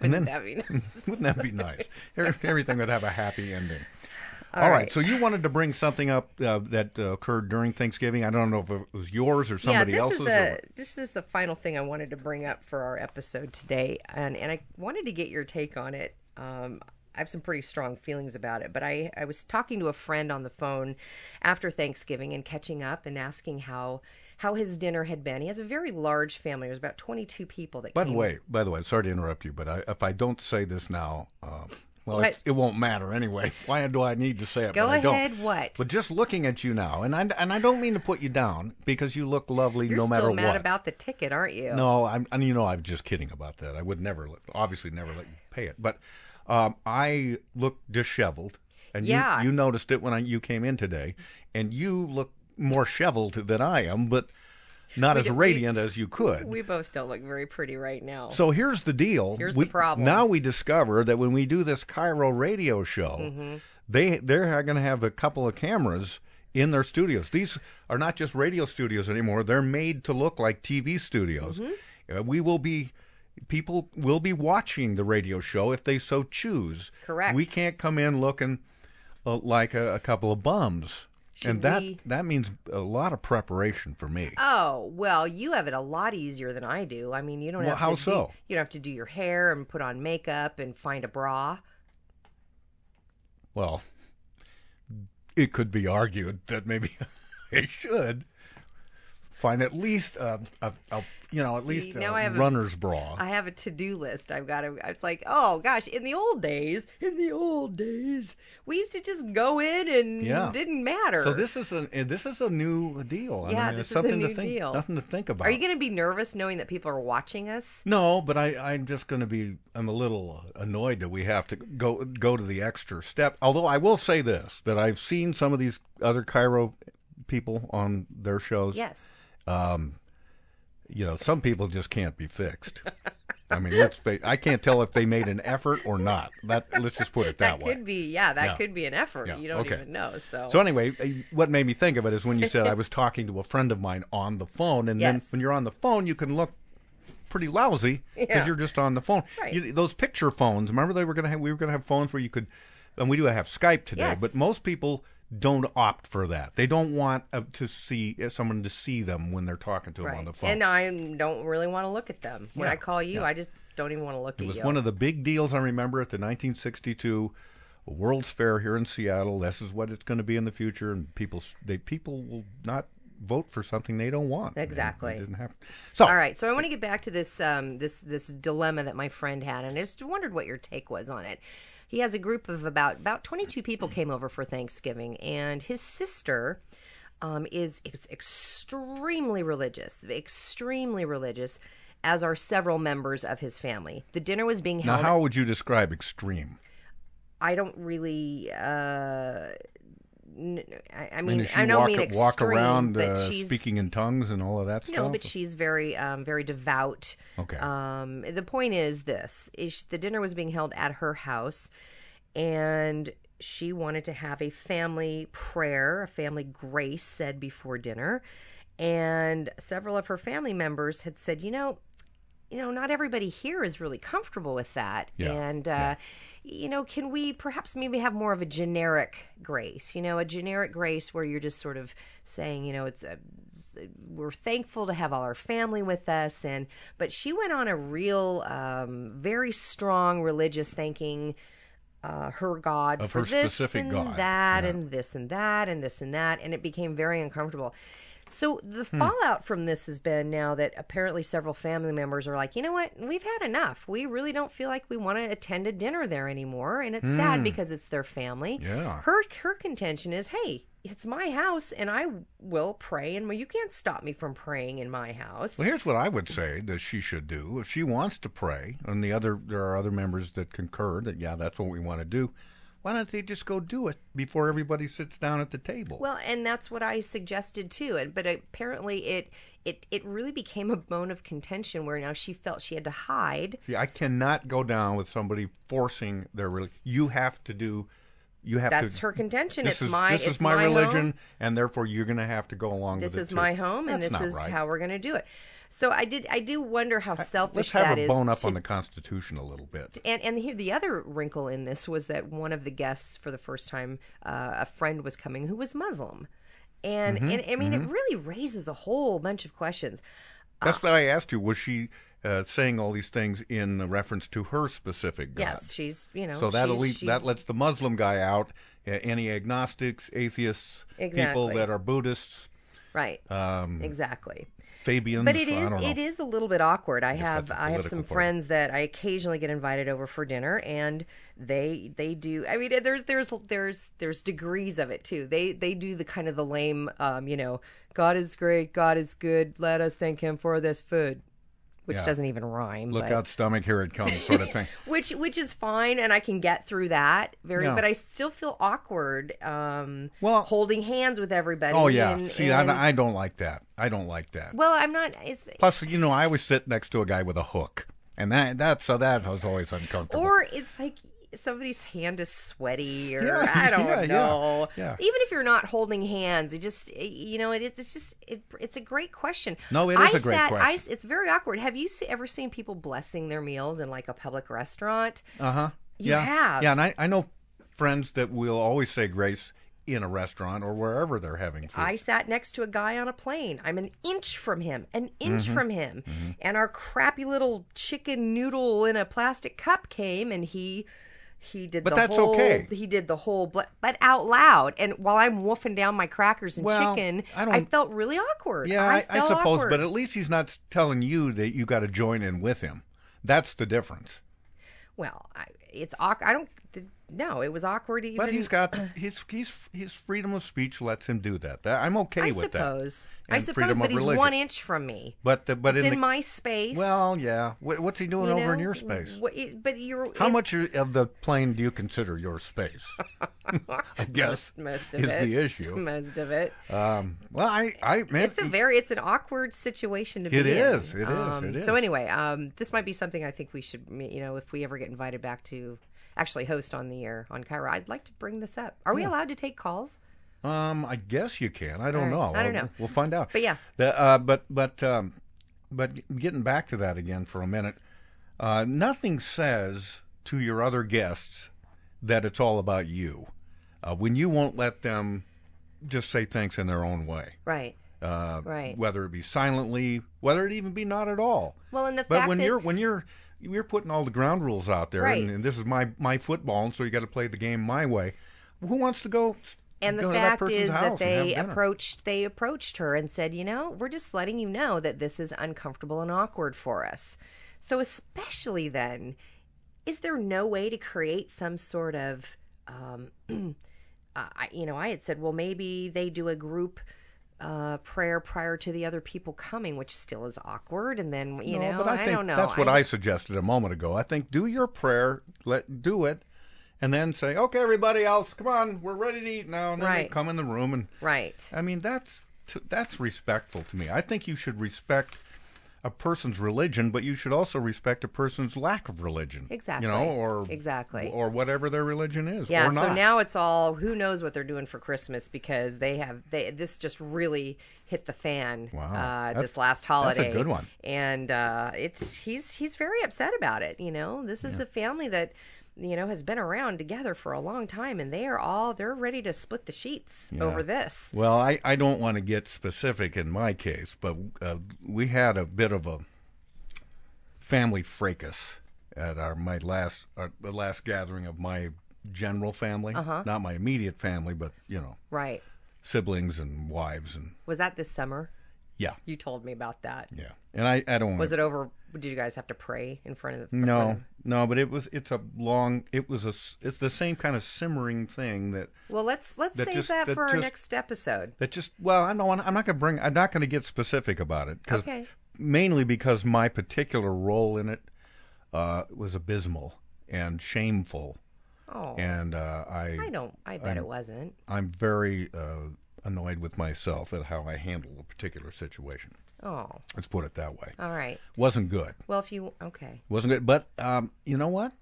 S6: and then
S7: I mean,
S6: Wouldn't that be nice? Every- Everything would have a happy ending. All right.
S7: right.
S6: So you wanted to bring something up uh, that uh, occurred during Thanksgiving. I don't know if it was yours or somebody
S7: yeah, this
S6: else's.
S7: is
S6: or-
S7: a, this is the final thing I wanted to bring up for our episode today, and and I wanted to get your take on it. Um, I have some pretty strong feelings about it, but I I was talking to a friend on the phone after Thanksgiving and catching up and asking how how his dinner had been. He has a very large family. There's about 22 people that.
S6: by the
S7: came.
S6: way, by the way, sorry to interrupt you, but I, if I don't say this now, uh, well,
S7: What?
S6: it's, it won't matter anyway. Why do I need to say it?
S7: Go
S6: but I don't.
S7: ahead, what?
S6: But just looking at you now, and I and I don't mean to put you down because you look lovely
S7: You're
S6: no matter
S7: still mad
S6: what.
S7: about the ticket, aren't you?
S6: No, I'm, and you know, I'm just kidding about that. I would never, let, obviously, never let you pay it. But um, I look disheveled, and
S7: Yeah.
S6: you, you noticed it when I, you came in today, and you look more disheveled than I am, but not as
S7: d- we-
S6: radiant as you could.
S7: We both don't look very pretty right now.
S6: so here's the deal.
S7: Here's
S6: We-
S7: the problem.
S6: Now we discover that when we do this Cairo radio show,
S7: Mm-hmm.
S6: they they're going to have a couple of cameras in their studios. These are not just radio studios anymore; they're made to look like TV studios.
S7: Mm-hmm.
S6: Uh, we will be people will be watching the radio show if they so choose.
S7: Correct.
S6: We can't come in looking uh, like a, a couple of bums, and that
S7: we-
S6: that means a lot of preparation for me.
S7: Oh well, you have it a lot easier than I do. I mean, you don't
S6: Well,
S7: have
S6: how
S7: to
S6: so?
S7: Do, you don't have to do your hair and put on makeup and find a bra.
S6: Well, it could be argued that maybe I should find at least a, a, a you know at least
S7: See, now
S6: a
S7: I have a-
S6: runner's bra.
S7: I have a to do list. I've got to. It's like, oh gosh, in the old days, in the old days, we used to just go in and
S6: Yeah.
S7: it didn't matter.
S6: so this is an eh, this is a new deal. I
S7: Yeah,
S6: mean, it's
S7: this is a
S6: something to
S7: new
S6: think,
S7: deal.
S6: Nothing to think about.
S7: Are you going to be nervous knowing that people are watching us?
S6: no, but I, I'm just going to be. I'm a little annoyed that we have to go go to the extra step. Although I will say this, that I've seen some of these other Cairo people on their shows.
S7: Yes.
S6: you know, some people just can't be fixed. I mean, let's face, I can't tell if they made an effort or not. That let's just put it that,
S7: That,
S6: way.
S7: could be. Yeah, that
S6: Yeah.
S7: could be an effort.
S6: Yeah,
S7: You don't
S6: okay.
S7: even know. So.
S6: So anyway, eh, what made me think of it is when you said I was talking to a friend of mine on the phone, and then
S7: Yes.
S6: when you're on the phone, you can look pretty lousy because
S7: Yeah.
S6: you're just on the phone.
S7: Right.
S6: You- those picture phones. Remember, they were gonna have, we were gonna have phones where you could, and we do have Skype today,
S7: Yes.
S6: but most people don't opt for that. They don't want uh, to see eh, someone to see them when they're talking to them on
S7: right.
S6: the phone.
S7: And I don't really want to look at them. When
S6: Yeah,
S7: I call you, I just don't even want to look
S6: It
S7: at
S6: was
S7: you.
S6: one of the big deals I remember at the 1962 World's Fair here in Seattle. This is what it's going to be in the future, and people they people will not vote for something they don't want. I mean,
S7: Exactly.
S6: it didn't have. So
S7: All right, so I want to get back to this um, this this dilemma that my friend had, and I just wondered what your take was on it. He has a group of about about twenty two people came over for Thanksgiving, and his sister um, is ex- extremely religious, extremely religious, as are several members of his family. The dinner was being
S6: now
S7: held.
S6: how would you describe extreme?
S7: I don't really. Uh, n- I, I
S6: I
S7: mean,
S6: does she
S7: I don't
S6: walk,
S7: mean extreme,
S6: walk around
S7: but
S6: uh,
S7: she's
S6: speaking in tongues and all of that stuff.
S7: No, but she's very, um, very devout.
S6: Okay.
S7: Um, the point is this: is the dinner was being held at her house, and she wanted to have a family prayer, a family grace said before dinner, and several of her family members had said, you know. You know, not everybody here is really comfortable with that.
S6: Yeah,
S7: And, uh, you know, can we perhaps maybe have more of a generic grace? You know, a generic grace where you're just sort of saying, you know, it's a we're thankful to have all our family with us and but she went on a real um, very strong religious thanking uh, her god
S6: Of
S7: for
S6: her
S7: this
S6: specific
S7: and
S6: God,
S7: that
S6: yeah.
S7: and this and that and this and that and it became very uncomfortable So the
S6: Hmm.
S7: fallout from this has been now that apparently several family members are like, you know what, we've had enough. We really don't feel like we want to attend a dinner there anymore, and it's sad because it's their family.
S6: Hmm. Yeah.
S7: Her her contention is, hey, it's my house, and I will pray, and you can't stop me from praying in my house.
S6: Well, here's what I would say that she should do. If she wants to pray, and the other there are other members that concur that yeah, that's what we want to do. Why don't they just go do it before everybody sits down at the table?
S7: Well, and that's what I suggested too. And but apparently it it it really became a bone of contention where now she felt she had to hide.
S6: See, I cannot go down with somebody forcing their religion. You have to do. You have to.
S7: That's her contention.
S6: This
S7: it's
S6: is,
S7: my
S6: This is
S7: it's
S6: my,
S7: home.
S6: religion, and therefore you're going to have to go along
S7: This
S6: with it.
S7: is
S6: too.
S7: my home, and
S6: That's
S7: this
S6: not
S7: is
S6: right.
S7: how we're going to do it. So I did. I do wonder how
S6: Let's
S7: selfish
S6: have
S7: that
S6: a
S7: is
S6: bone up
S7: to
S6: on the Constitution a little bit.
S7: and and here the other wrinkle in this was that one of the guests for the first time uh, a friend was coming who was muslim and
S6: Mm-hmm.
S7: and i mean it really raises a whole bunch of questions
S6: That's
S7: ah.
S6: why I asked you. Was she uh, saying all these things in reference to her specific god?
S7: yes she's you know
S6: so that'll
S7: she's-
S6: leave,
S7: she's-
S6: that lets the Muslim guy out. uh, Any agnostics, atheists, people
S7: Exactly.
S6: that are Buddhists,
S7: right
S6: um,
S7: exactly
S6: Fabians.
S7: but it
S6: I
S7: is
S6: don't know.
S7: it is a little bit awkward. I have
S6: that's a
S7: I have
S6: political
S7: some
S6: party.
S7: friends that I occasionally get invited over for dinner, and they they do. I mean, there's there's there's there's degrees of it too. They they do the kind of the lame, um, you know, God is great, God is good. Let us thank Him for this food, which
S6: Yeah.
S7: doesn't even rhyme.
S6: Look
S7: but-
S6: out, stomach! Here it comes, sort of thing.
S7: which which is fine, and I can get through that very.
S6: Yeah.
S7: But I still feel awkward. Um,
S6: Well-
S7: holding hands with everybody.
S6: Oh yeah.
S7: and-
S6: See,
S7: and-
S6: I, I don't like that. I don't like that.
S7: well, I'm not. It's
S6: Plus, you know, I always sit next to a guy with a hook, and that that so that was always uncomfortable.
S7: Or it's like somebody's hand is sweaty, or
S6: Yeah,
S7: I don't
S6: yeah, yeah,
S7: know.
S6: yeah.
S7: Even if you're not holding hands, it just you know it is. It's just it, it's a great question.
S6: No, it
S7: it
S6: is
S7: is
S6: a great question.
S7: it's very awkward. Have you se- ever seen people blessing their meals in like a public restaurant?
S6: uh huh.
S7: You
S6: yeah.
S7: have.
S6: Yeah, and I, I know friends that will always say grace in a restaurant or wherever they're having food.
S7: I sat next to a guy on a plane. I'm an inch from him, an inch
S6: Mm-hmm.
S7: from him. And our crappy little chicken noodle in a plastic cup came and he he did
S6: But
S7: the
S6: that's
S7: whole
S6: okay.
S7: he did the whole ble- but out loud and while I'm woofing down my crackers and
S6: Well,
S7: chicken,
S6: I
S7: I,
S6: don't-
S7: felt really awkward.
S6: yeah, I, I
S7: felt
S6: suppose,
S7: awkward.
S6: but at least he's not telling you that you got to join in with him. That's the difference.
S7: well, I, it's awkward. I don't no, it was awkward even
S6: But he's got his he's his freedom of speech lets him do that. That- I'm okay
S7: I
S6: with
S7: suppose.
S6: that.
S7: I
S6: And
S7: suppose
S6: freedom
S7: but
S6: of
S7: he's
S6: religion.
S7: 1 inch from me.
S6: But the, but
S7: It's
S6: in,
S7: in,
S6: the,
S7: my space.
S6: well, yeah. What, what's he doing
S7: you
S6: over in
S7: know?
S6: your space?
S7: What- it- but you're
S6: How
S7: it-
S6: much of the plane do you consider your space? I guess
S7: most of
S6: is
S7: it.
S6: the issue.
S7: Most of it.
S6: Um, well, I I man,
S7: It's a very it's an awkward situation to be
S6: It
S7: in.
S6: is, it is,
S7: Um,
S6: it
S7: So
S6: is.
S7: anyway, um, this might be something I think we should you know if we ever get invited back to actually host on the air on Cairo, I'd like to bring this up. Are we allowed to take calls?
S6: um, I guess you can. I don't
S7: All right.
S6: know.
S7: I don't
S6: We'll-
S7: know.
S6: We'll find out.
S7: But yeah.
S6: The, uh, but but um, but getting back to that again for a minute, uh, nothing says to your other guests that it's all about you uh, when you won't let them just say thanks in their own way.
S7: Right.
S6: Uh,
S7: Right.
S6: Whether it be silently, whether it even be not at all.
S7: Well, and the
S6: But
S7: fact
S6: when
S7: that
S6: you're when you're you're putting all the ground rules out there,
S7: Right.
S6: and, and this is my my football, and so you got to play the game my way. Who wants to go? s-
S7: and the
S6: go
S7: fact
S6: to that person's
S7: is that
S6: house and have
S7: they
S6: dinner?
S7: approached they approached her and said, you know, we're just letting you know that this is uncomfortable and awkward for us. So especially then, is there no way to create some sort of, um, uh, I- you know, I had said, well, maybe they do a group uh, prayer prior to the other people coming, which still is awkward. And then you
S6: No,
S7: know,
S6: but I, think
S7: don't know.
S6: that's what I, suggested a moment ago. I think do your prayer, let do it, and then say, okay, everybody else, come on, we're ready to eat now. And then they
S7: Right.
S6: come in the room, and
S7: right.
S6: I mean that's t- that's respectful to me. I think you should respect a person's religion, but you should also respect a person's lack of religion.
S7: Exactly.
S6: You know, or
S7: Exactly.
S6: or whatever their religion is.
S7: Yeah,
S6: or not.
S7: so now it's all who knows what they're doing for Christmas because they have they this just really hit the fan
S6: Wow.
S7: uh,
S6: That's-
S7: this last
S6: that's a
S7: holiday.
S6: good one.
S7: And uh, it's he's he's very upset about it, you know. This is a family that you know has been around together for a long time and they are all they're ready to split the sheets over this.
S6: Well, I, I don't want to get specific in my case, but uh, we had a bit of a family fracas at our my last our, the
S7: Uh-huh.
S6: last gathering of my general family, not my immediate family, but you know.
S7: Right.
S6: siblings and wives and
S7: Was that this summer?
S6: yeah,
S7: You told me about that.
S6: yeah. And I, I don't want
S7: Was it over? Did you guys have to pray in front of the?
S6: No, no, but it was it's a long it was a s- it's the same kind of simmering thing that
S7: Well, let's let's
S6: That
S7: save
S6: just-
S7: that
S6: that
S7: for our
S6: just-
S7: next episode.
S6: that just well I don't want, I'm not gonna bring I'm not gonna get specific about it 'cause-
S7: Okay.
S6: mainly because my particular role in it uh, was abysmal and shameful
S7: Oh,
S6: and uh, I
S7: I don't. I bet it wasn't.
S6: I'm very uh, annoyed with myself at how I handled a particular situation.
S7: Oh,
S6: Let's put it that way.
S7: all right.
S6: Wasn't good.
S7: Well, if you okay,
S6: Wasn't good. But um, you know what?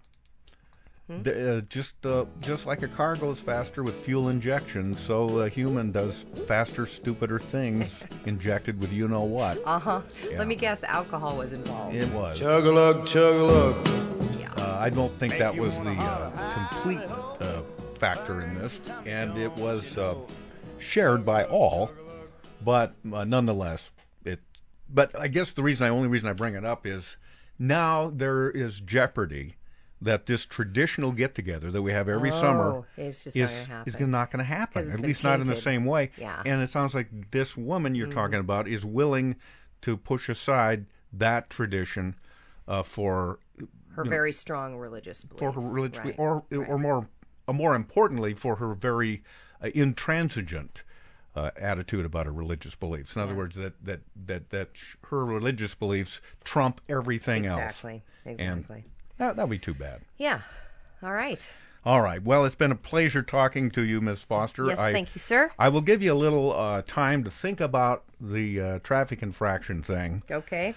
S6: The, uh, just uh, just like a car goes faster with fuel injection, so a human does faster, stupider things injected with you know what.
S7: uh huh. Let me guess. Alcohol was involved.
S6: it was.
S9: Chug a lug, chug a lug.
S6: Uh, I don't think that was the uh, complete uh, factor in this, and it was uh, shared by all, but uh, nonetheless, it. But I guess the reason, I only reason I bring it up is now there is jeopardy that this traditional get together that we have every summer
S7: Oh, it's just not
S6: is
S7: gonna happen.
S6: is gonna- not going to
S7: 'Cause
S6: happen.
S7: it's
S6: At
S7: been
S6: least not in the
S7: tainted.
S6: same way.
S7: Yeah. Mm-hmm.
S6: And it sounds like this woman you're talking about is willing to push aside that tradition uh, for
S7: her very strong religious beliefs.
S6: for her religious
S7: right.
S6: or or more uh, more importantly for her very uh, intransigent uh, attitude about her religious beliefs in other words that that that that sh- her religious beliefs trump everything
S7: exactly,
S6: else
S7: exactly.
S6: and that that'd be too bad
S7: yeah. All right.
S6: all right well it's been a pleasure talking to you miss foster
S7: Yes,
S6: I,
S7: thank you, sir.
S6: i will give you a little uh, time to think about the uh, traffic infraction thing
S7: Okay.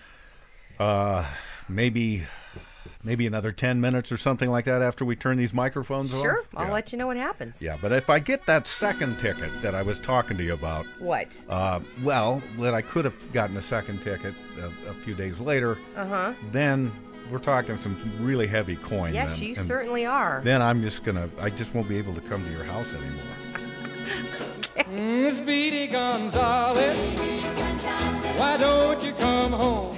S6: maybe maybe another 10 minutes or something like that after we turn these microphones off
S7: Sure. I'll
S6: Yeah.
S7: let you know what happens.
S6: Yeah, but if I get that second ticket that I was talking to you about,
S7: What?
S6: uh, well, that I could have gotten a second ticket a, a few days later, uh-huh. then we're talking some really heavy coin.
S7: yes,
S6: then,
S7: you
S6: and
S7: certainly are.
S6: Then I'm just gonna, I just won't be able to come to your house anymore.
S8: Speedy Gonzales, why don't you come home?